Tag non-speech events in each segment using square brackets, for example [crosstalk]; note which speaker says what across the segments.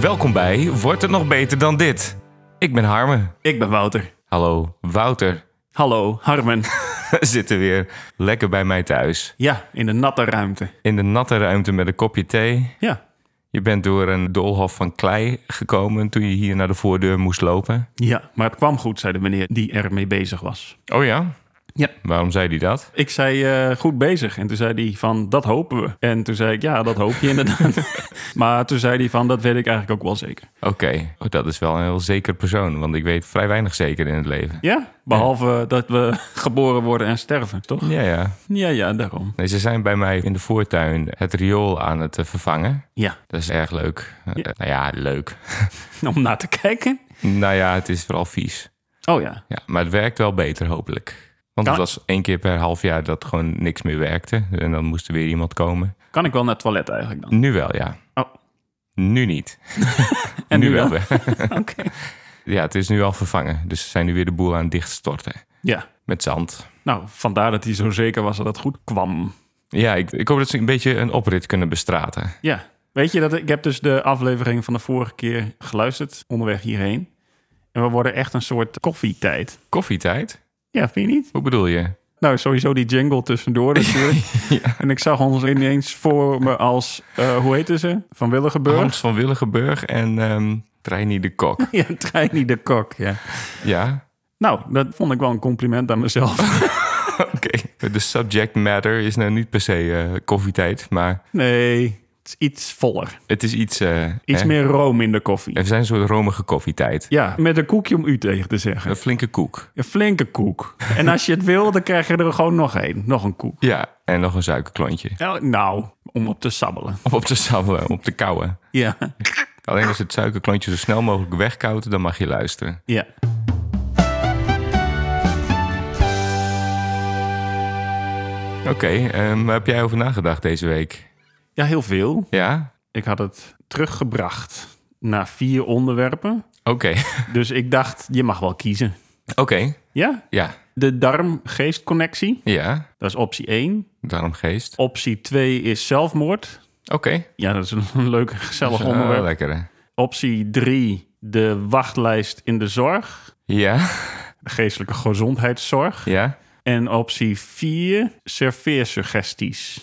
Speaker 1: Welkom bij Wordt het nog beter dan dit? Ik ben Harmen.
Speaker 2: Ik ben Wouter.
Speaker 1: Hallo, Wouter [laughs]
Speaker 2: Hallo, [laughs] Harmen.
Speaker 1: zit er weer lekker bij mij thuis.
Speaker 2: Ja, in de natte ruimte.
Speaker 1: In de natte ruimte met een kopje thee.
Speaker 2: Ja.
Speaker 1: Je bent door een doolhof van klei gekomen toen je hier naar de voordeur moest lopen.
Speaker 2: Ja, maar het kwam goed, zei de meneer die ermee bezig was.
Speaker 1: Oh ja?
Speaker 2: Ja.
Speaker 1: Waarom zei hij dat?
Speaker 2: Ik zei, eh, goed bezig. En toen zei hij van, dat hopen we. En toen zei ik, ja, dat hoop je inderdaad. [laughs] maar toen zei hij van, dat weet ik eigenlijk ook wel zeker.
Speaker 1: Oké, oh, dat is wel een heel zeker persoon, want ik weet vrij weinig zeker in het leven.
Speaker 2: Ja, behalve dat we [laughs] geboren worden en sterven, toch?
Speaker 1: Ja, ja.
Speaker 2: Ja, ja, daarom.
Speaker 1: Nee, ze zijn bij mij in de voortuin het riool aan het eh, vervangen.
Speaker 2: Ja, [laughs]
Speaker 1: Dat is erg leuk. Eh, nou ja, leuk. [laughs]
Speaker 2: om naar te kijken.
Speaker 1: nou ja, het is vooral vies.
Speaker 2: Oh ja.
Speaker 1: Ja, maar het werkt wel beter, hopelijk. Want
Speaker 2: Kan-
Speaker 1: het was één keer per half jaar dat gewoon niks meer werkte. En dan moest er weer iemand komen.
Speaker 2: Kan ik wel naar het toilet eigenlijk [laughs] dan?
Speaker 1: Nu wel, ja.
Speaker 2: Oh.
Speaker 1: Nu niet.
Speaker 2: [laughs] En nu wel?
Speaker 1: weer.
Speaker 2: Oké.
Speaker 1: [laughs] ja, het is nu al vervangen. Dus ze zijn nu weer de boel aan het dichtstorten.
Speaker 2: Ja.
Speaker 1: Met zand.
Speaker 2: Nou, vandaar dat hij zo zeker was dat het goed kwam.
Speaker 1: Ja, ik, ik hoop dat ze een beetje een oprit kunnen bestraten.
Speaker 2: Ja, weet je dat ik heb dus de aflevering van de vorige keer geluisterd onderweg hierheen. En we worden echt een soort koffietijd.
Speaker 1: Koffietijd?
Speaker 2: Ja, vind je niet?
Speaker 1: Hoe bedoel je?
Speaker 2: Nou, sowieso die jingle [laughs] tussendoor natuurlijk. En ik zag ons ineens voor me als, eh, hoe heette ze? Van Willigenburg?
Speaker 1: Hans van Willigenburg en ehm Treinie de
Speaker 2: [laughs]
Speaker 1: Kok.
Speaker 2: Ja, Treinie de Kok, ja.
Speaker 1: Ja,
Speaker 2: Nou, dat vond ik wel een compliment aan mezelf.
Speaker 1: oké. De subject matter is nou niet per se eh, koffietijd, maar
Speaker 2: Nee, het is iets voller.
Speaker 1: het is iets... eh,
Speaker 2: Iets
Speaker 1: hè?
Speaker 2: meer room in de koffie.
Speaker 1: Er zijn een soort romige koffietijd.
Speaker 2: Ja, met een koekje om u tegen te zeggen.
Speaker 1: Een flinke koek.
Speaker 2: Een flinke koek. En als je het wil, dan krijg je er gewoon nog één. Nog een koek.
Speaker 1: Ja, en nog een suikerklontje.
Speaker 2: Nou, nou, om op te sabbelen.
Speaker 1: Of op te sabbelen, op te kauwen.
Speaker 2: Ja.
Speaker 1: Alleen als het suikerklontje zo snel mogelijk wegkauwt, dan mag je luisteren.
Speaker 2: ja.
Speaker 1: Oké, ehm, waar heb jij over nagedacht deze week?
Speaker 2: Ja, heel veel.
Speaker 1: Ja?
Speaker 2: Ik had het teruggebracht naar vier onderwerpen.
Speaker 1: Oké. [laughs]
Speaker 2: Dus ik dacht, je mag wel kiezen.
Speaker 1: Oké.
Speaker 2: Ja?
Speaker 1: Ja.
Speaker 2: De darm-geestconnectie.
Speaker 1: Ja.
Speaker 2: Dat is optie 1.
Speaker 1: Darmgeest.
Speaker 2: Optie 2 is zelfmoord.
Speaker 1: Oké.
Speaker 2: Ja, dat is een [laughs] leuk, gezellig
Speaker 1: Zo,
Speaker 2: onderwerp.
Speaker 1: lekker hè?
Speaker 2: Optie 3, de wachtlijst in de zorg.
Speaker 1: Ja.
Speaker 2: De geestelijke gezondheidszorg.
Speaker 1: Ja.
Speaker 2: En optie 4, [laughs] serveersuggesties.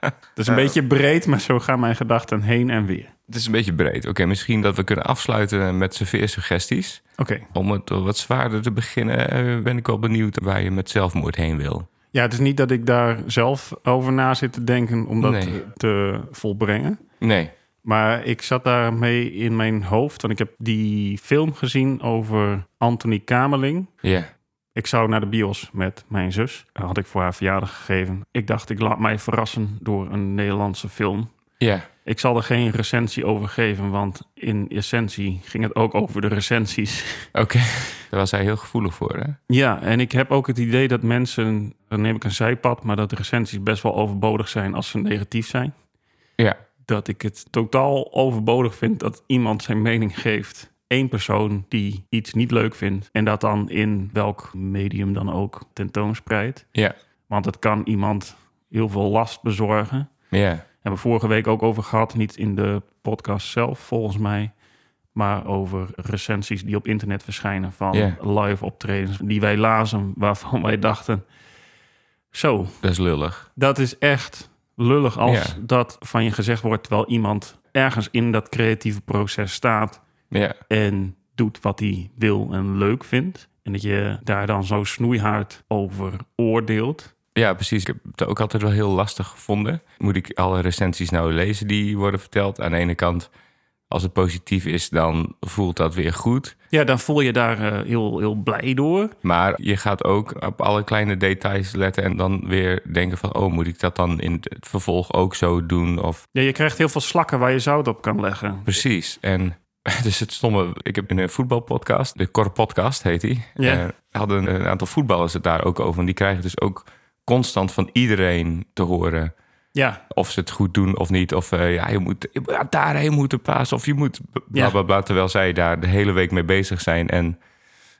Speaker 2: Dat is een beetje breed, maar zo gaan mijn gedachten heen en weer.
Speaker 1: Het is een beetje breed. Oké, misschien dat we kunnen afsluiten met serveersuggesties.
Speaker 2: Oké.
Speaker 1: Om het wat zwaarder te beginnen, eh, ben ik wel benieuwd waar je met zelfmoord heen wil.
Speaker 2: Ja, het is niet dat ik daar zelf over na zit te denken om dat
Speaker 1: Nee.
Speaker 2: te, te volbrengen.
Speaker 1: Nee.
Speaker 2: Maar ik zat daarmee in mijn hoofd, want ik heb die film gezien over Anthony Kamerling.
Speaker 1: Ja.
Speaker 2: Ik zou naar de bios met mijn zus. Dat had ik voor haar verjaardag gegeven. Ik dacht, ik laat mij verrassen door een Nederlandse film.
Speaker 1: Ja.
Speaker 2: Ik zal er geen recensie over geven, want in essentie ging het ook over de recensies. [laughs]
Speaker 1: Oké. [laughs] Daar was hij heel gevoelig voor, hè?
Speaker 2: Ja, en ik heb ook het idee dat mensen, dan neem ik een zijpad, maar dat recensies best wel overbodig zijn als ze negatief zijn.
Speaker 1: Ja.
Speaker 2: Dat ik het totaal overbodig vind dat iemand zijn mening geeft. Eén persoon die iets niet leuk vindt en dat dan in welk medium dan ook tentoonspreidt.
Speaker 1: Ja.
Speaker 2: Want het kan iemand heel veel last bezorgen.
Speaker 1: Ja.
Speaker 2: hebben we vorige week ook over gehad. Niet in de podcast zelf, volgens mij. Maar over recensies die op internet verschijnen van
Speaker 1: Ja.
Speaker 2: live optredens. Die wij lazen, [laughs] waarvan wij dachten... Zo,
Speaker 1: Dat is lullig.
Speaker 2: dat is echt lullig als
Speaker 1: Ja.
Speaker 2: dat van je gezegd wordt... terwijl iemand ergens in dat creatieve proces staat...
Speaker 1: Ja.
Speaker 2: en doet wat hij wil en leuk vindt. En dat je daar dan zo snoeihard over oordeelt.
Speaker 1: Ja, precies. Ik heb het ook altijd wel heel lastig gevonden. Moet ik alle recensies nou lezen die worden verteld? Aan de ene kant, als het positief is, dan voelt dat weer goed.
Speaker 2: Ja, dan voel je daar eh, heel, heel blij door.
Speaker 1: Maar je gaat ook op alle kleine details letten en dan weer denken van... oh, moet ik dat dan in het vervolg ook zo doen? Of
Speaker 2: Ja, je krijgt heel veel slakken waar je zout op kan leggen.
Speaker 1: Precies. En [laughs] dus het is het stomme. Ik heb in een voetbalpodcast, de Cor Podcast heet die.
Speaker 2: Ja.
Speaker 1: eh, hadden een aantal voetballers het daar ook over. En die krijgen dus ook constant van iedereen te horen
Speaker 2: Ja,
Speaker 1: of ze het goed doen of niet. Of eh, ja, je moet je moet daarheen moeten passen of je moet bla
Speaker 2: Ja.
Speaker 1: bla bla. Terwijl zij daar de hele week mee bezig zijn. En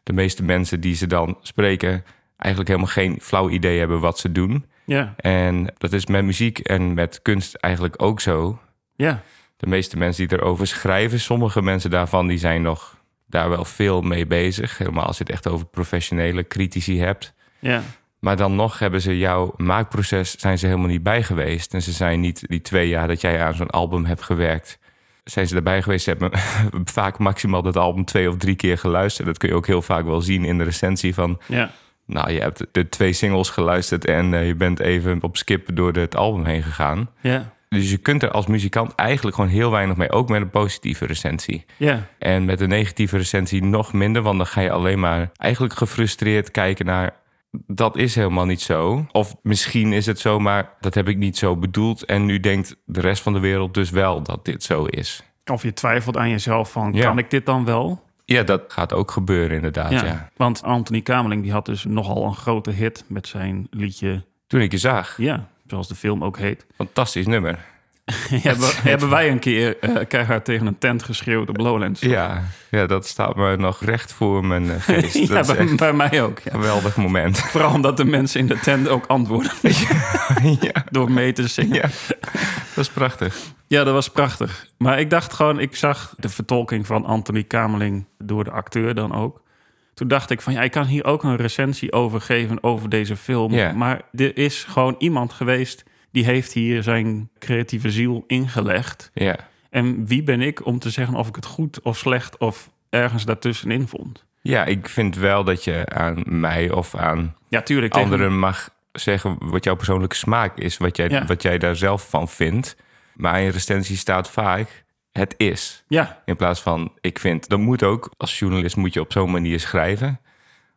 Speaker 1: de meeste mensen die ze dan spreken eigenlijk helemaal geen flauw idee hebben wat ze doen.
Speaker 2: ja,
Speaker 1: En dat is met muziek en met kunst eigenlijk ook zo.
Speaker 2: ja.
Speaker 1: de meeste mensen die erover schrijven, sommige mensen daarvan, die zijn nog daar wel veel mee bezig. Helemaal als je het echt over professionele critici hebt.
Speaker 2: Ja.
Speaker 1: Maar dan nog hebben ze jouw maakproces zijn ze helemaal niet bij geweest. En ze zijn niet die twee jaar dat jij aan zo'n album hebt gewerkt. Zijn ze erbij geweest? Ze hebben [laughs] vaak maximaal dat album twee of drie keer geluisterd. Dat kun je ook heel vaak wel zien in de recensie van...
Speaker 2: ja.
Speaker 1: Nou, je hebt de twee singles geluisterd en eh, je bent even op skip door het album heen gegaan.
Speaker 2: Ja.
Speaker 1: Dus je kunt er als muzikant eigenlijk gewoon heel weinig mee. Ook met een positieve recensie.
Speaker 2: Ja.
Speaker 1: En met een negatieve recensie nog minder, want dan ga je alleen maar eigenlijk gefrustreerd kijken naar. Dat is helemaal niet zo. Of misschien is het zo, maar dat heb ik niet zo bedoeld. En nu denkt de rest van de wereld dus wel dat dit zo is.
Speaker 2: Of je twijfelt aan jezelf van,
Speaker 1: Ja.
Speaker 2: kan ik dit dan wel?
Speaker 1: Ja, dat gaat ook gebeuren inderdaad. Ja.
Speaker 2: Want Anthony Kameling die had dus nogal een grote hit met zijn liedje...
Speaker 1: Toen ik je zag,
Speaker 2: Ja, zoals de film ook
Speaker 1: [laughs]
Speaker 2: heet. [laughs]
Speaker 1: fantastisch nummer.
Speaker 2: hebben, hebben wij een keer eh keihard tegen een tent geschreeuwd op Lowlands.
Speaker 1: Ja, ja dat staat me nog recht voor mijn eh, [laughs] geest.
Speaker 2: [laughs] Ja,
Speaker 1: dat is echt
Speaker 2: bij,
Speaker 1: een
Speaker 2: bij mij ook. Ja.
Speaker 1: geweldig moment.
Speaker 2: Vooral omdat de mensen in de tent ook antwoorden
Speaker 1: [laughs] ja,
Speaker 2: [laughs] door mee te zingen.
Speaker 1: [laughs] ja, dat is prachtig.
Speaker 2: Ja, dat was prachtig. Maar ik dacht gewoon, ik zag de vertolking van Anthony Kameling door de acteur dan ook. Toen dacht ik van ja, ik kan hier ook een recensie over geven over deze film.
Speaker 1: Ja.
Speaker 2: Maar er is gewoon iemand geweest die heeft hier zijn creatieve ziel ingelegd.
Speaker 1: Ja.
Speaker 2: En wie ben ik om te zeggen of ik het goed of slecht of ergens daartussenin vond?
Speaker 1: Ja, ik vind wel dat je aan mij of aan
Speaker 2: Ja, tuurlijk. tegen-
Speaker 1: anderen mag zeggen wat jouw persoonlijke smaak is, wat jij,
Speaker 2: Ja.
Speaker 1: wat jij daar zelf van vindt. Maar in recensie staat vaak het is.
Speaker 2: Ja,
Speaker 1: In plaats van ik vind. Dat moet ook, als journalist moet je op zo'n manier schrijven.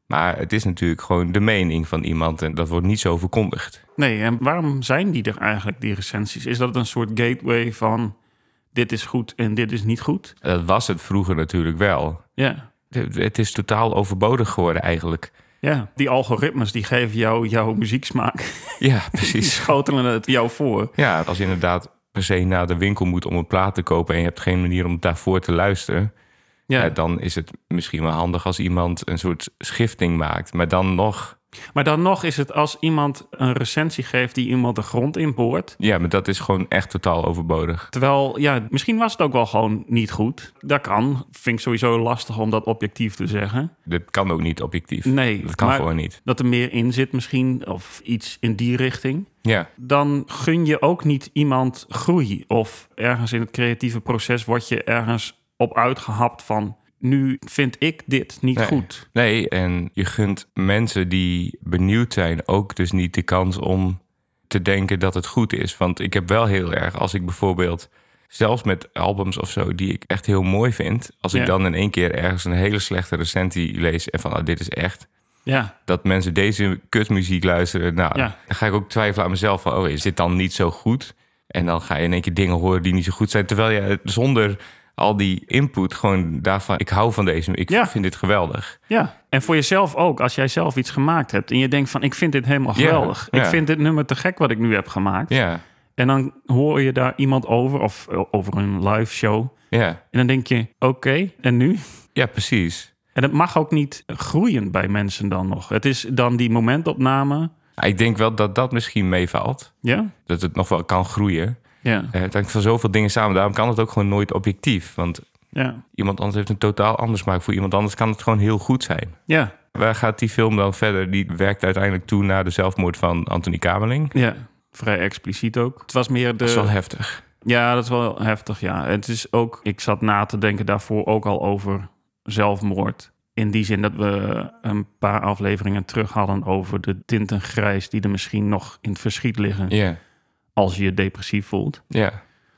Speaker 1: Maar het is natuurlijk gewoon de mening van iemand en dat wordt niet zo verkondigd.
Speaker 2: nee. En waarom zijn die er eigenlijk, die recensies? Is dat een soort gateway van dit is goed en dit is niet goed?
Speaker 1: Dat was het vroeger natuurlijk wel.
Speaker 2: Ja.
Speaker 1: Het het is totaal overbodig geworden eigenlijk.
Speaker 2: Ja, die algoritmes die geven jou jouw muzieksmaak. [laughs]
Speaker 1: Ja,
Speaker 2: Die
Speaker 1: precies.
Speaker 2: schotelen het jou voor.
Speaker 1: Ja, als je inderdaad per se naar de winkel moet om een plaat te kopen en je hebt geen manier om daarvoor te luisteren,
Speaker 2: Ja.
Speaker 1: ja, dan is het misschien wel handig als iemand een soort schifting maakt. Maar dan nog,
Speaker 2: Maar dan nog is het als iemand een recensie geeft die iemand de grond in boort.
Speaker 1: ja, maar dat is gewoon echt totaal overbodig.
Speaker 2: Terwijl, ja, misschien was het ook wel gewoon niet goed. Dat kan. Vind ik sowieso lastig om dat objectief te zeggen.
Speaker 1: Dat kan ook niet objectief.
Speaker 2: Nee,
Speaker 1: dat kan
Speaker 2: maar-
Speaker 1: gewoon niet.
Speaker 2: Dat er meer in zit misschien, of iets in die richting.
Speaker 1: Ja,
Speaker 2: Dan gun je ook niet iemand groei. Of ergens in het creatieve proces word je ergens op uitgehapt van... nu vind ik dit niet
Speaker 1: Nee.
Speaker 2: goed.
Speaker 1: nee, en je gunt mensen die benieuwd zijn ook dus niet de kans om te denken dat het goed is. Want ik heb wel heel erg, als ik bijvoorbeeld, zelfs met albums of zo, die ik echt heel mooi vind, als
Speaker 2: Ja.
Speaker 1: ik dan in één keer ergens een hele slechte recensie lees en van, ah, dit is echt,
Speaker 2: Ja,
Speaker 1: dat mensen deze kutmuziek luisteren. Nou,
Speaker 2: Ja.
Speaker 1: dan ga ik ook twijfelen aan mezelf. Van, oh, is dit dan niet zo goed? En dan ga je in één keer dingen horen die niet zo goed zijn. Terwijl je het zonder al die input gewoon daarvan... Ik hou van deze, ik
Speaker 2: Ja.
Speaker 1: vind dit geweldig.
Speaker 2: Ja, en voor jezelf ook. Als jij zelf iets gemaakt hebt en je denkt van... ik vind dit helemaal
Speaker 1: Ja,
Speaker 2: geweldig.
Speaker 1: ja.
Speaker 2: Ik vind dit nummer te gek wat ik nu heb gemaakt.
Speaker 1: Ja,
Speaker 2: En dan hoor je daar iemand over of eh, over een live show.
Speaker 1: ja,
Speaker 2: En dan denk je, oké, en nu?
Speaker 1: ja, precies.
Speaker 2: En dat mag ook niet groeien bij mensen dan nog. Het is dan die momentopname.
Speaker 1: Ik denk wel dat dat misschien meevalt.
Speaker 2: Ja,
Speaker 1: Dat het nog wel kan groeien.
Speaker 2: ja,
Speaker 1: Eh, het hangt van zoveel dingen samen. Daarom kan het ook gewoon nooit objectief. Want
Speaker 2: ja,
Speaker 1: iemand anders heeft een totaal anders smaak. Voor iemand anders kan het gewoon heel goed zijn.
Speaker 2: ja,
Speaker 1: Waar gaat die film dan verder? Die werkt uiteindelijk toe naar de zelfmoord van Anthony Kameling. Eh,
Speaker 2: ja. Vrij expliciet ook. Het was meer de...
Speaker 1: Dat is wel heftig.
Speaker 2: Ja, dat is wel heftig, ja. Het is ook, ik zat na te denken daarvoor ook al over zelfmoord. In die zin dat we een paar afleveringen terug hadden over de tintengrijs die er misschien nog in het verschiet liggen
Speaker 1: Ja,
Speaker 2: als je je depressief voelt.
Speaker 1: ja,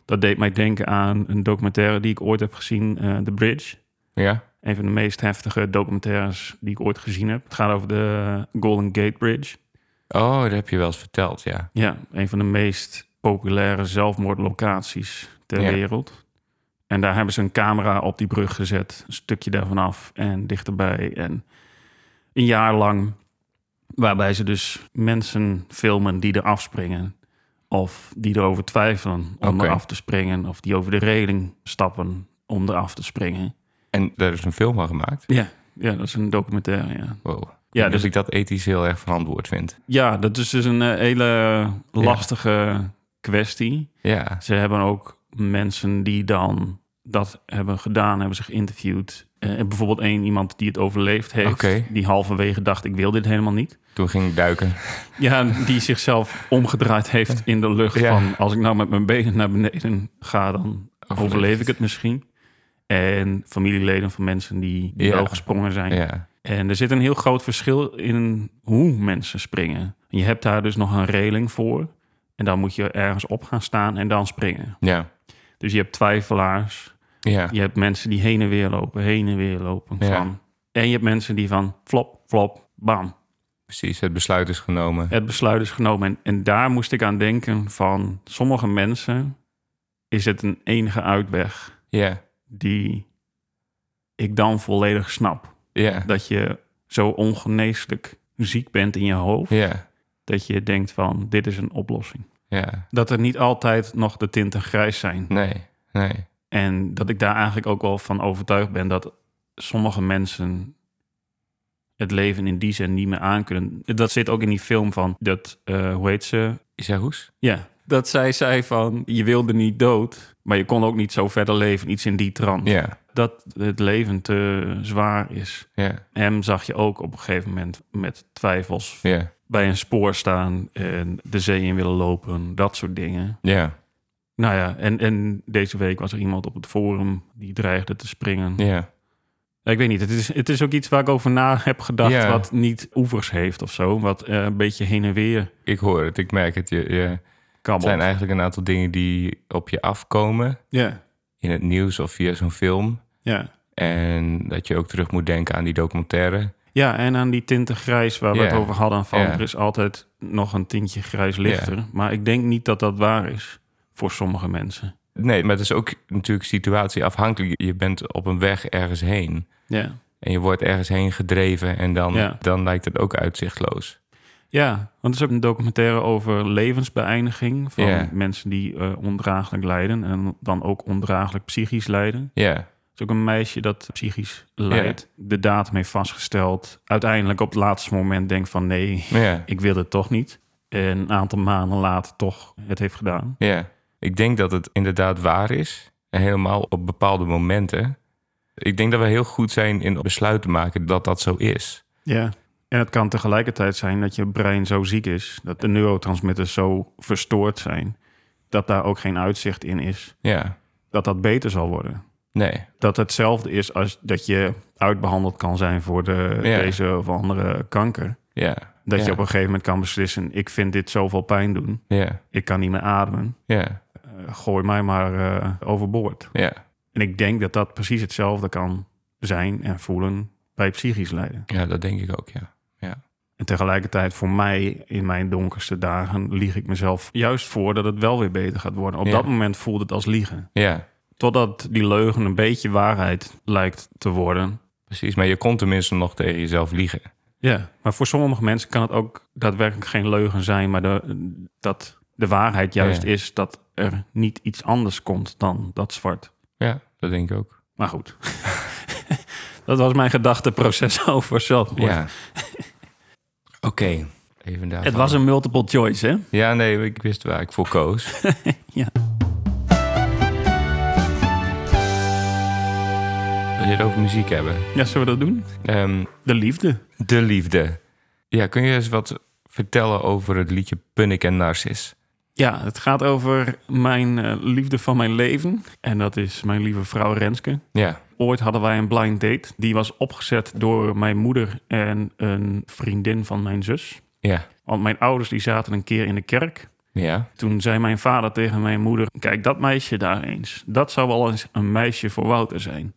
Speaker 2: Dat deed mij denken aan een documentaire die ik ooit heb gezien, eh, The Bridge.
Speaker 1: ja,
Speaker 2: Een van de meest heftige documentaires die ik ooit gezien heb. Het gaat over de Golden Gate Bridge.
Speaker 1: Oh, dat heb je wel eens verteld, ja.
Speaker 2: Ja, een van de meest populaire zelfmoordlocaties ter
Speaker 1: Ja.
Speaker 2: wereld. En daar hebben ze een camera op die brug gezet, een stukje daarvan af en dichterbij. En een jaar lang, waarbij ze dus mensen filmen die er afspringen. Of die erover twijfelen om
Speaker 1: Oké.
Speaker 2: eraf te springen. Of die over de reling stappen om eraf te springen.
Speaker 1: En daar is een film van gemaakt.
Speaker 2: Ja, ja dat is een documentaire, ja.
Speaker 1: Wow.
Speaker 2: Ja,
Speaker 1: Ja, dus
Speaker 2: dus-
Speaker 1: ik dat ethisch heel erg verantwoord vind.
Speaker 2: Ja, dat is dus een eh, hele lastige kwestie.
Speaker 1: Ja,
Speaker 2: Ze hebben ook mensen die dan dat hebben gedaan, hebben ze geïnterviewd. Eh, en bijvoorbeeld één iemand die het overleefd heeft,
Speaker 1: Oké.
Speaker 2: die halverwege dacht ik wil dit helemaal niet.
Speaker 1: Toen ging ik duiken.
Speaker 2: Ja, die zichzelf
Speaker 1: [laughs]
Speaker 2: omgedraaid heeft in de lucht
Speaker 1: Ja.
Speaker 2: van als ik nou met mijn benen naar beneden ga, dan overleef ik het misschien. En familieleden van mensen die, die
Speaker 1: Ja.
Speaker 2: wel gesprongen zijn.
Speaker 1: Ja.
Speaker 2: En er zit een heel groot verschil in hoe mensen springen. Je hebt daar dus nog een reling voor. En dan moet je ergens op gaan staan en dan springen.
Speaker 1: Ja.
Speaker 2: Dus je hebt twijfelaars.
Speaker 1: Ja.
Speaker 2: Je hebt mensen die heen en weer lopen, heen en weer lopen.
Speaker 1: Ja.
Speaker 2: Van. En je hebt mensen die van flop, flop, bam.
Speaker 1: Precies, het besluit is genomen.
Speaker 2: Het besluit is genomen. En, en daar moest ik aan denken van sommige mensen is het een enige uitweg
Speaker 1: Ja.
Speaker 2: die ik dan volledig snap.
Speaker 1: Ja.
Speaker 2: Dat je zo ongeneeslijk ziek bent in je hoofd.
Speaker 1: Ja.
Speaker 2: dat je denkt van dit is een oplossing.
Speaker 1: Ja.
Speaker 2: Dat er niet altijd nog de tinten grijs zijn.
Speaker 1: Nee. Nee.
Speaker 2: En dat ik daar eigenlijk ook wel van overtuigd ben dat sommige mensen het leven in die zin niet meer aankunnen. Dat zit ook in die film van dat, eh, hoe heet ze?
Speaker 1: Is hij hoes?
Speaker 2: Ja, dat zij zei van je wilde niet dood, maar je kon ook niet zo verder leven. Iets in die trant.
Speaker 1: Ja.
Speaker 2: Dat het leven te zwaar is.
Speaker 1: Ja.
Speaker 2: Hem zag je ook op een gegeven moment met twijfels
Speaker 1: Ja.
Speaker 2: bij een spoor staan en de zee in willen lopen, dat soort dingen.
Speaker 1: Ja.
Speaker 2: Nou ja, en, en deze week was er iemand op het forum die dreigde te springen.
Speaker 1: Ja.
Speaker 2: Ik weet niet, het is, het is ook iets waar ik over na heb gedacht,
Speaker 1: Ja.
Speaker 2: wat niet oevers heeft of zo, wat eh, een beetje heen en weer
Speaker 1: Ik hoor het, ik merk het. Je, je- het
Speaker 2: kabbelt.
Speaker 1: zijn eigenlijk een aantal dingen die op je afkomen.
Speaker 2: Ja,
Speaker 1: In het nieuws of via zo'n film.
Speaker 2: ja.
Speaker 1: En dat je ook terug moet denken aan die documentaire.
Speaker 2: Ja, en aan die tinten grijs waar we
Speaker 1: Ja.
Speaker 2: het over hadden, van
Speaker 1: Ja.
Speaker 2: er is altijd nog een tintje grijs lichter. Maar ik denk niet dat dat waar is voor sommige mensen.
Speaker 1: Nee, maar het is ook natuurlijk situatieafhankelijk. Je bent op een weg ergens heen.
Speaker 2: Ja.
Speaker 1: En je wordt ergens heen gedreven. En dan,
Speaker 2: Ja.
Speaker 1: dan lijkt het ook uitzichtloos.
Speaker 2: Ja, want het is ook een documentaire over levensbeëindiging van
Speaker 1: Ja.
Speaker 2: mensen die eh, ondraaglijk lijden en dan ook ondraaglijk psychisch lijden.
Speaker 1: Ja,
Speaker 2: Er is ook een meisje dat psychisch lijdt, de datum heeft vastgesteld, uiteindelijk op het laatste moment denkt van nee,
Speaker 1: ja,
Speaker 2: ik wil het toch niet. En een aantal maanden later toch het heeft gedaan.
Speaker 1: ja. Ik denk dat het inderdaad waar is. En helemaal op bepaalde momenten. Ik denk dat we heel goed zijn in besluiten maken dat dat zo is.
Speaker 2: Ja. En het kan tegelijkertijd zijn dat je brein zo ziek is, dat de neurotransmitters zo verstoord zijn, dat daar ook geen uitzicht in is,
Speaker 1: Ja,
Speaker 2: dat dat beter zal worden.
Speaker 1: nee.
Speaker 2: dat hetzelfde is als dat je uitbehandeld kan zijn voor de,
Speaker 1: Ja.
Speaker 2: deze of andere kanker.
Speaker 1: Ja,
Speaker 2: Dat
Speaker 1: Ja.
Speaker 2: je op een gegeven moment kan beslissen: ik vind dit zoveel pijn doen,
Speaker 1: ja,
Speaker 2: ik kan niet meer ademen,
Speaker 1: ja,
Speaker 2: Eh, gooi mij maar eh, overboord.
Speaker 1: ja.
Speaker 2: En ik denk dat dat precies hetzelfde kan zijn en voelen bij psychisch lijden.
Speaker 1: Ja, dat denk ik ook, ja.
Speaker 2: En tegelijkertijd, voor mij in mijn donkerste dagen, lieg ik mezelf juist voor dat het wel weer beter gaat worden. Op
Speaker 1: Ja.
Speaker 2: dat moment voelt het als liegen.
Speaker 1: Ja,
Speaker 2: Totdat die leugen een beetje waarheid lijkt te worden,
Speaker 1: precies. Maar je kon tenminste nog tegen jezelf liegen.
Speaker 2: Ja, maar voor sommige mensen kan het ook daadwerkelijk geen leugen zijn, maar de, dat de waarheid juist
Speaker 1: Ja.
Speaker 2: is dat er niet iets anders komt dan dat zwart.
Speaker 1: Ja, dat denk ik ook.
Speaker 2: Maar goed, [laughs] dat was mijn gedachteproces [laughs] over zelfmoord. [laughs]
Speaker 1: Ja. Oké. Even daar.
Speaker 2: Het was een multiple choice, hè?
Speaker 1: Ja, nee, ik wist waar ik voor koos.
Speaker 2: [laughs] Ja.
Speaker 1: Wil je het over muziek hebben?
Speaker 2: Ja, zullen we dat doen?
Speaker 1: Ehm,
Speaker 2: De liefde.
Speaker 1: de liefde. Ja, kun je eens wat vertellen over het liedje Punnik en Narcis?
Speaker 2: Ja, het gaat over mijn eh, liefde van mijn leven. En dat is mijn lieve vrouw Renske.
Speaker 1: Ja,
Speaker 2: Ooit hadden wij een blind date. Die was opgezet door mijn moeder en een vriendin van mijn zus.
Speaker 1: ja,
Speaker 2: Want mijn ouders die zaten een keer in de kerk.
Speaker 1: ja,
Speaker 2: Toen zei mijn vader tegen mijn moeder: Kijk, dat meisje daar eens. Dat zou wel eens een meisje voor Wouter zijn.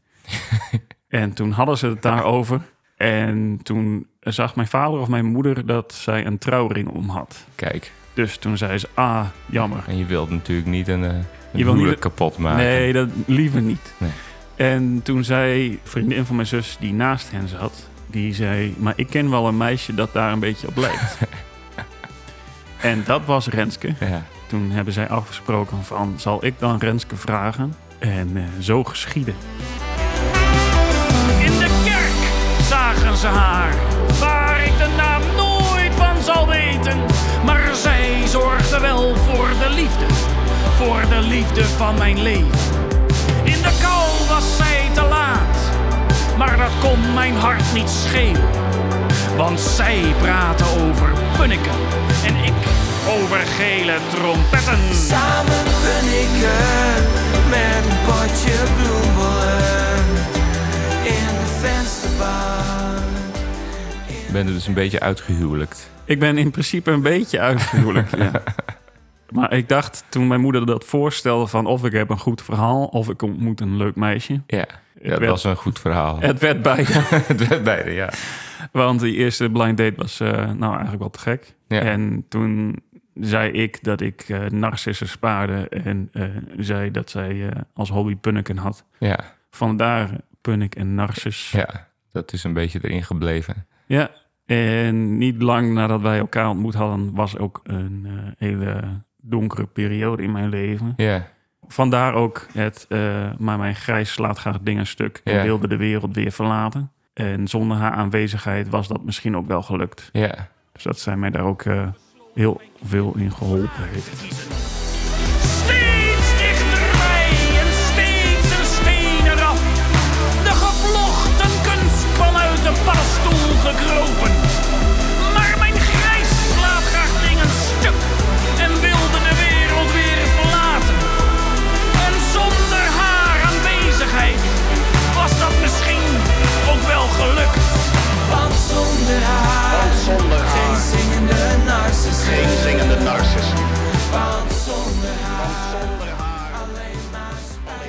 Speaker 2: en toen hadden ze het daarover. En toen zag mijn vader of mijn moeder dat zij een trouwring om had.
Speaker 1: kijk.
Speaker 2: Dus toen zei ze: Ah, jammer.
Speaker 1: En je wilt natuurlijk niet een, eh, een
Speaker 2: Je wil
Speaker 1: huwelijk
Speaker 2: niet-
Speaker 1: kapot maken.
Speaker 2: Nee, dat liever niet.
Speaker 1: Ah, Nee.
Speaker 2: En toen zei vriendin van mijn zus die naast hen zat, die zei: Maar ik ken wel een meisje dat daar een beetje op lijkt. en dat was Renske.
Speaker 1: Ja,
Speaker 2: Toen hebben zij afgesproken van, zal ik dan Renske vragen? En eh, zo geschiedde. In de kerk zagen ze haar, waar ik de naam nooit van zal weten. Maar zij zorgde wel voor de liefde, voor de liefde.
Speaker 3: liefde van mijn leven. In de kou was zij te laat, maar dat kon mijn hart niet schelen. Want zij praten over punniken en ik over gele trompetten.
Speaker 4: Samen ben ik er met een potje bloemen in de vensterbank.
Speaker 1: Je bent er dus een beetje uitgehuwelijkt.
Speaker 2: Ik ben in principe een beetje uitgehuwelijk. ja. Maar ik dacht toen mijn moeder dat voorstelde van of ik heb een goed verhaal of ik ontmoet een leuk meisje.
Speaker 1: Ja, dat
Speaker 2: werd-
Speaker 1: was een goed verhaal. [laughs]
Speaker 2: Het werd beide.
Speaker 1: Het werd beide, ja.
Speaker 2: Want die eerste blind date was eh, nou eigenlijk wel te gek.
Speaker 1: Ja.
Speaker 2: En toen zei ik dat ik eh narcissen spaarde en eh, zei dat zij eh, als hobby punniken had.
Speaker 1: Ja,
Speaker 2: Vandaar punnik en narcis.
Speaker 1: ja. Dat is een beetje erin gebleven.
Speaker 2: Ja, en niet lang nadat wij elkaar ontmoet hadden, was ook een eh, hele donkere periode in mijn leven.
Speaker 1: Ja,
Speaker 2: Vandaar ook het, eh, maar mijn grijs slaat graag dingen stuk en
Speaker 1: Ja.
Speaker 2: wilde de wereld weer verlaten. En zonder haar aanwezigheid was dat misschien ook wel gelukt.
Speaker 1: ja.
Speaker 2: Dus dat zij mij daar ook eh, heel veel in geholpen heeft.
Speaker 3: Steeds dichterbij en steeds een steen eraf. De gevlochten kunst kwam uit de paddenstoel gekropen. Maar mijn grijs slaat graag dingen stuk en wilde de wereld weer verlaten. En zonder haar aanwezigheid was dat misschien ook wel gelukt.
Speaker 4: Want zonder haar,
Speaker 5: Zonder
Speaker 4: geen
Speaker 5: haar,
Speaker 4: zingende narcist.
Speaker 5: geen zingende narcist.
Speaker 4: Want zonder haar,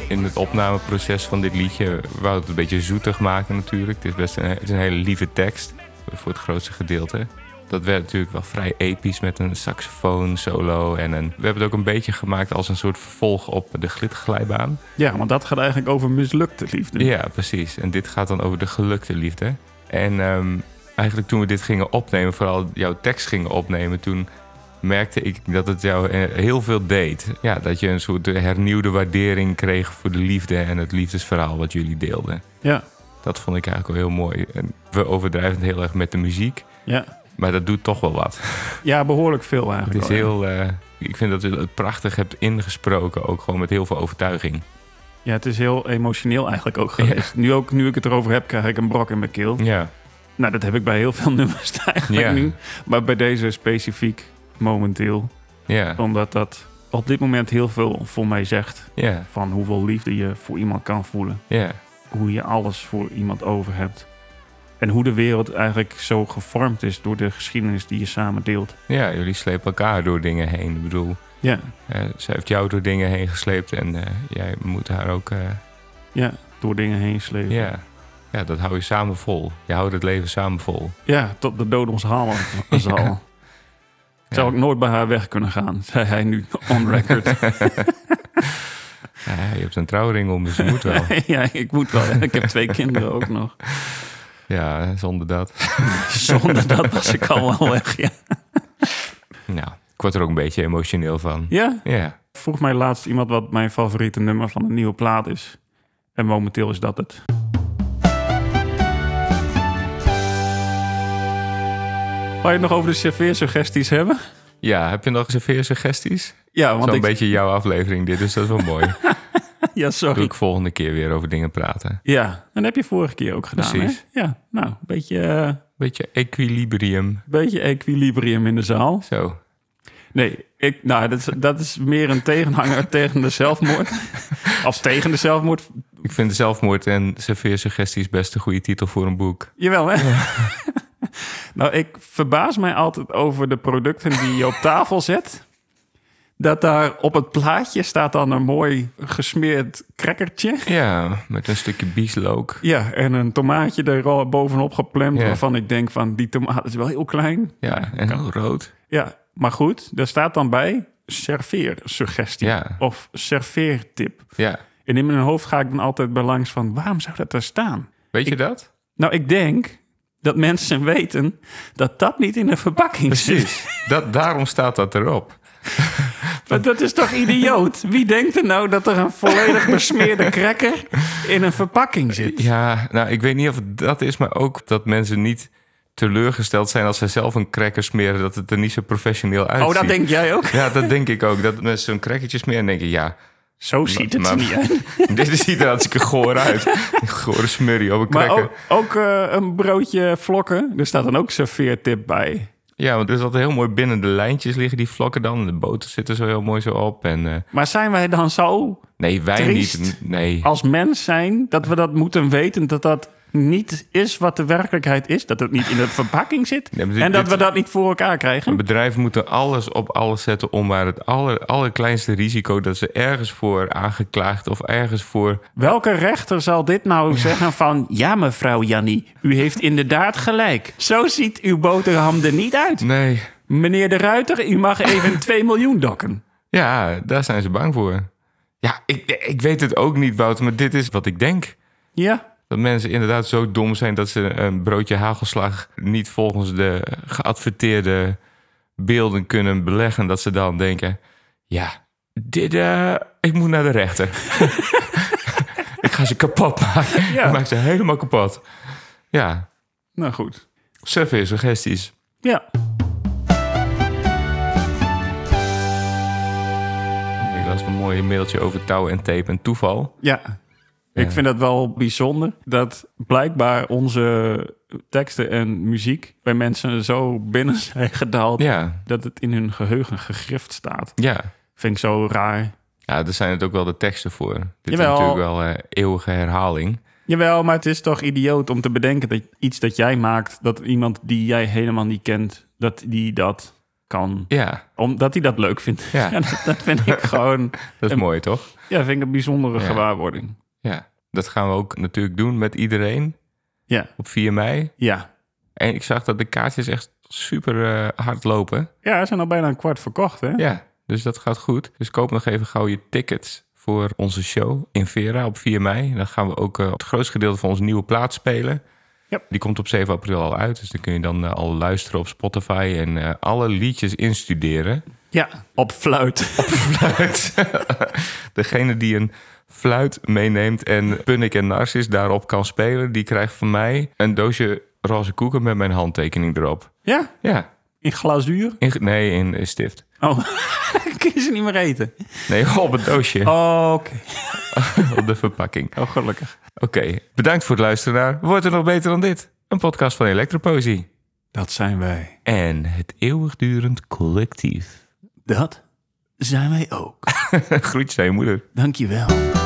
Speaker 1: In het opnameproces van dit liedje wou het een beetje zoetig maken natuurlijk. Het is best een, het is een hele lieve tekst, voor het grootste gedeelte. Dat werd natuurlijk wel vrij episch met een saxofoon solo. En een, we hebben het ook een beetje gemaakt als een soort vervolg op de glitterglijbaan.
Speaker 2: Ja, want dat gaat eigenlijk over mislukte liefde.
Speaker 1: Ja, precies. En dit gaat dan over de gelukte liefde. En ehm, eigenlijk toen we dit gingen opnemen, vooral jouw tekst gingen opnemen, toen merkte ik dat het jou eh, heel veel deed. Ja, dat je een soort hernieuwde waardering kreeg voor de liefde en het liefdesverhaal wat jullie deelden.
Speaker 2: Ja,
Speaker 1: Dat vond ik eigenlijk wel heel mooi. En we overdrijven het heel erg met de muziek,
Speaker 2: ja.
Speaker 1: maar dat doet toch wel wat.
Speaker 2: ja behoorlijk veel
Speaker 1: Het
Speaker 2: eigenlijk.
Speaker 1: is
Speaker 2: wel, ja.
Speaker 1: heel... eh, ik vind dat je het prachtig hebt ingesproken, ook gewoon met heel veel overtuiging.
Speaker 2: Ja, het is heel emotioneel eigenlijk ook geweest. Nu, ook, nu ik het erover heb, krijg ik een brok in mijn keel.
Speaker 1: Ja,
Speaker 2: Nou, dat heb ik bij heel veel [laughs] nummers eigenlijk
Speaker 1: Ja.
Speaker 2: nu. Maar bij deze specifiek momenteel.
Speaker 1: ja,
Speaker 2: Omdat dat op dit moment heel veel voor mij zegt.
Speaker 1: ja,
Speaker 2: Van hoeveel liefde je voor iemand kan voelen.
Speaker 1: ja,
Speaker 2: Hoe je alles voor iemand over hebt. En hoe de wereld eigenlijk zo gevormd is door de geschiedenis die je samen deelt.
Speaker 1: ja. Jullie slepen elkaar door dingen heen. Ik bedoel,
Speaker 2: Ja,
Speaker 1: Eh, zij heeft jou door dingen heen gesleept en eh, jij moet haar ook. eh,
Speaker 2: ja. Door dingen heen slepen.
Speaker 1: ja. ja, dat hou je samen vol. Je houdt het leven samen vol.
Speaker 2: Ja, tot de dood ons [laughs] halen zal. Ik zou
Speaker 1: Ja.
Speaker 2: ook nooit bij haar weg kunnen gaan, zei hij nu on record.
Speaker 1: Ja, je hebt een trouwring om, dus je moet
Speaker 2: [laughs]
Speaker 1: wel.
Speaker 2: [laughs] ja, ik moet wel. Ik heb twee kinderen ook nog.
Speaker 1: Ja, zonder dat.
Speaker 2: [laughs] Zonder dat was ik al wel weg. Ja.
Speaker 1: Nou, ik word er ook een beetje emotioneel van.
Speaker 2: ja,
Speaker 1: Ja,
Speaker 2: vroeg mij laatst iemand wat mijn favoriete nummer van de nieuwe plaat is. En momenteel is dat het. Wou je het nog over de serveersuggesties hebben?
Speaker 1: ja heb je nog serveersuggesties?
Speaker 2: Ja, want
Speaker 1: Zo'n
Speaker 2: ik...
Speaker 1: beetje jouw aflevering dit, dus dat is wel mooi.
Speaker 2: [laughs] Ja,
Speaker 1: Doe
Speaker 2: sorry.
Speaker 1: ik volgende keer weer over dingen praten.
Speaker 2: Ja, dat heb je vorige keer ook gedaan,
Speaker 1: Precies.
Speaker 2: hè? Ja, nou, een beetje... eh,
Speaker 1: Beetje equilibrium.
Speaker 2: beetje equilibrium in de zaal.
Speaker 1: Zo.
Speaker 2: Nee, ik, nou, dat, is, dat is meer een tegenhanger [laughs] tegen de zelfmoord. Of tegen de zelfmoord.
Speaker 1: Ik vind zelfmoord en serveersuggesties best een goede titel voor een boek.
Speaker 2: Jawel, hè? [laughs] nou, ik verbaas mij altijd over de producten die je op tafel zet. Dat daar op het plaatje staat dan een mooi gesmeerd crackertje.
Speaker 1: Ja, met een stukje bieslook.
Speaker 2: Ja, en een tomaatje er al bovenop geplemd.
Speaker 1: Ja.
Speaker 2: Waarvan ik denk van, die tomaat is wel heel klein.
Speaker 1: Ja, en heel rood.
Speaker 2: Ja, maar goed, daar staat dan bij serveersuggestie.
Speaker 1: Ja.
Speaker 2: Of serveertip.
Speaker 1: Ja.
Speaker 2: En in mijn hoofd ga ik dan altijd bij langs van waarom zou dat daar staan?
Speaker 1: Weet je dat?
Speaker 2: Nou, ik denk dat mensen weten dat dat niet in de verpakking zit.
Speaker 1: Precies. [laughs] Dat, daarom staat dat erop.
Speaker 2: Maar dat is toch idioot? Wie denkt er nou dat er een volledig besmeerde cracker in een verpakking zit?
Speaker 1: Ja, nou, ik weet niet of het dat is, maar ook dat mensen niet teleurgesteld zijn als zij zelf een cracker smeren, dat het er niet zo professioneel uitziet.
Speaker 2: Oh, dat denk jij ook?
Speaker 1: Ja, [laughs] dat denk ik ook. Dat mensen zo'n crackertje smeren en denken, ja,
Speaker 2: Zo ziet het
Speaker 1: maar-
Speaker 2: er niet uit.
Speaker 1: Dit ziet er hartstikke goor uit. [laughs] Gore smurrie op een
Speaker 2: [laughs] Maar
Speaker 1: cracker.
Speaker 2: ook, ook eh, een broodje vlokken. Er staat dan ook serveertip bij.
Speaker 1: Ja, want er zat heel mooi binnen de lijntjes liggen die vlokken dan. De boter zit er zo heel mooi zo op. En, eh,
Speaker 2: Maar zijn wij dan zo
Speaker 1: nee, wij
Speaker 2: Triest.
Speaker 1: niet. Nee.
Speaker 2: als mens zijn dat we dat moeten weten dat dat niet is wat de werkelijkheid is, dat het niet in de verpakking zit
Speaker 1: Nee, maar dit-
Speaker 2: en dat
Speaker 1: dit-
Speaker 2: we dat niet voor elkaar krijgen.
Speaker 1: Bedrijven moeten alles op alles zetten om maar het aller, allerkleinste risico dat ze ergens voor aangeklaagd of ergens voor.
Speaker 2: Welke rechter zal dit nou zeggen van ja mevrouw Janni, u heeft inderdaad gelijk. Zo ziet uw boterham er niet uit.
Speaker 1: Nee.
Speaker 2: Meneer de Ruiter, u mag even [laughs] 2 miljoen dokken.
Speaker 1: Ja, daar zijn ze bang voor. Ja, ik, ik weet het ook niet, Wouter, maar dit is wat ik denk.
Speaker 2: Ja,
Speaker 1: Dat mensen inderdaad zo dom zijn dat ze een broodje hagelslag niet volgens de geadverteerde beelden kunnen beleggen. Dat ze dan denken: ja, dit, eh, ik moet naar de rechter. [laughs] ik ga ze kapot maken.
Speaker 2: Ja.
Speaker 1: Ik maak ze helemaal kapot. Ja,
Speaker 2: nou goed.
Speaker 1: survey suggesties.
Speaker 2: Ja,
Speaker 1: Ik las een mooi mailtje over touw en tape en toeval.
Speaker 2: ja. Ik vind dat wel bijzonder dat blijkbaar onze teksten en muziek bij mensen zo binnen [laughs] zijn gedaald.
Speaker 1: Ja,
Speaker 2: dat het in hun geheugen gegrift staat.
Speaker 1: ja.
Speaker 2: Vind ik zo raar.
Speaker 1: Ja, daar zijn het ook wel de teksten voor. Dit
Speaker 2: Jawel.
Speaker 1: is natuurlijk wel eh, eeuwige herhaling.
Speaker 2: Jawel, maar het is toch idioot om te bedenken dat iets dat jij maakt, dat iemand die jij helemaal niet kent, dat die dat kan.
Speaker 1: Ja,
Speaker 2: Omdat hij dat leuk vindt.
Speaker 1: Ja.
Speaker 2: [laughs] dat, dat vind ik gewoon.
Speaker 1: dat is
Speaker 2: En-
Speaker 1: mooi toch?
Speaker 2: Ja, vind ik een bijzondere
Speaker 1: Ja.
Speaker 2: gewaarwording.
Speaker 1: Ja, dat gaan we ook natuurlijk doen met iedereen
Speaker 2: Ja.
Speaker 1: op 4 mei.
Speaker 2: Ja.
Speaker 1: En ik zag dat de kaartjes echt super eh, hard lopen.
Speaker 2: Ja, ze zijn al bijna een kwart verkocht, hè?
Speaker 1: Ja, dus dat gaat goed. Dus koop nog even gauw je tickets voor onze show in Vera op 4 mei. Dan gaan we ook eh, het grootste gedeelte van ons nieuwe plaat spelen.
Speaker 2: Ja.
Speaker 1: Die komt op 7 april al uit. Dus dan kun je dan eh, al luisteren op Spotify en eh, alle liedjes instuderen.
Speaker 2: Ja, Op fluit.
Speaker 1: fluit. [laughs] Degene die een fluit meeneemt en Punnik en Narcis daarop kan spelen, die krijgt van mij een doosje roze koeken met mijn handtekening erop.
Speaker 2: ja,
Speaker 1: Ja.
Speaker 2: in [laughs] glazuur.
Speaker 1: In, ge- nee, in, eh, stift.
Speaker 2: Oh, kun je ze niet meer eten?
Speaker 1: Nee, [laughs] op het doosje.
Speaker 2: Oh, oké.
Speaker 1: Op de verpakking.
Speaker 2: Oh, gelukkig.
Speaker 1: Oké, bedankt voor het luisteren naar Wordt er nog beter dan dit? Een podcast van Electropoëzie.
Speaker 2: Dat zijn wij.
Speaker 1: En het eeuwigdurend collectief. [laughs]
Speaker 2: Dat zijn wij ook.
Speaker 1: Groetjes aan je moeder.
Speaker 2: Dankjewel.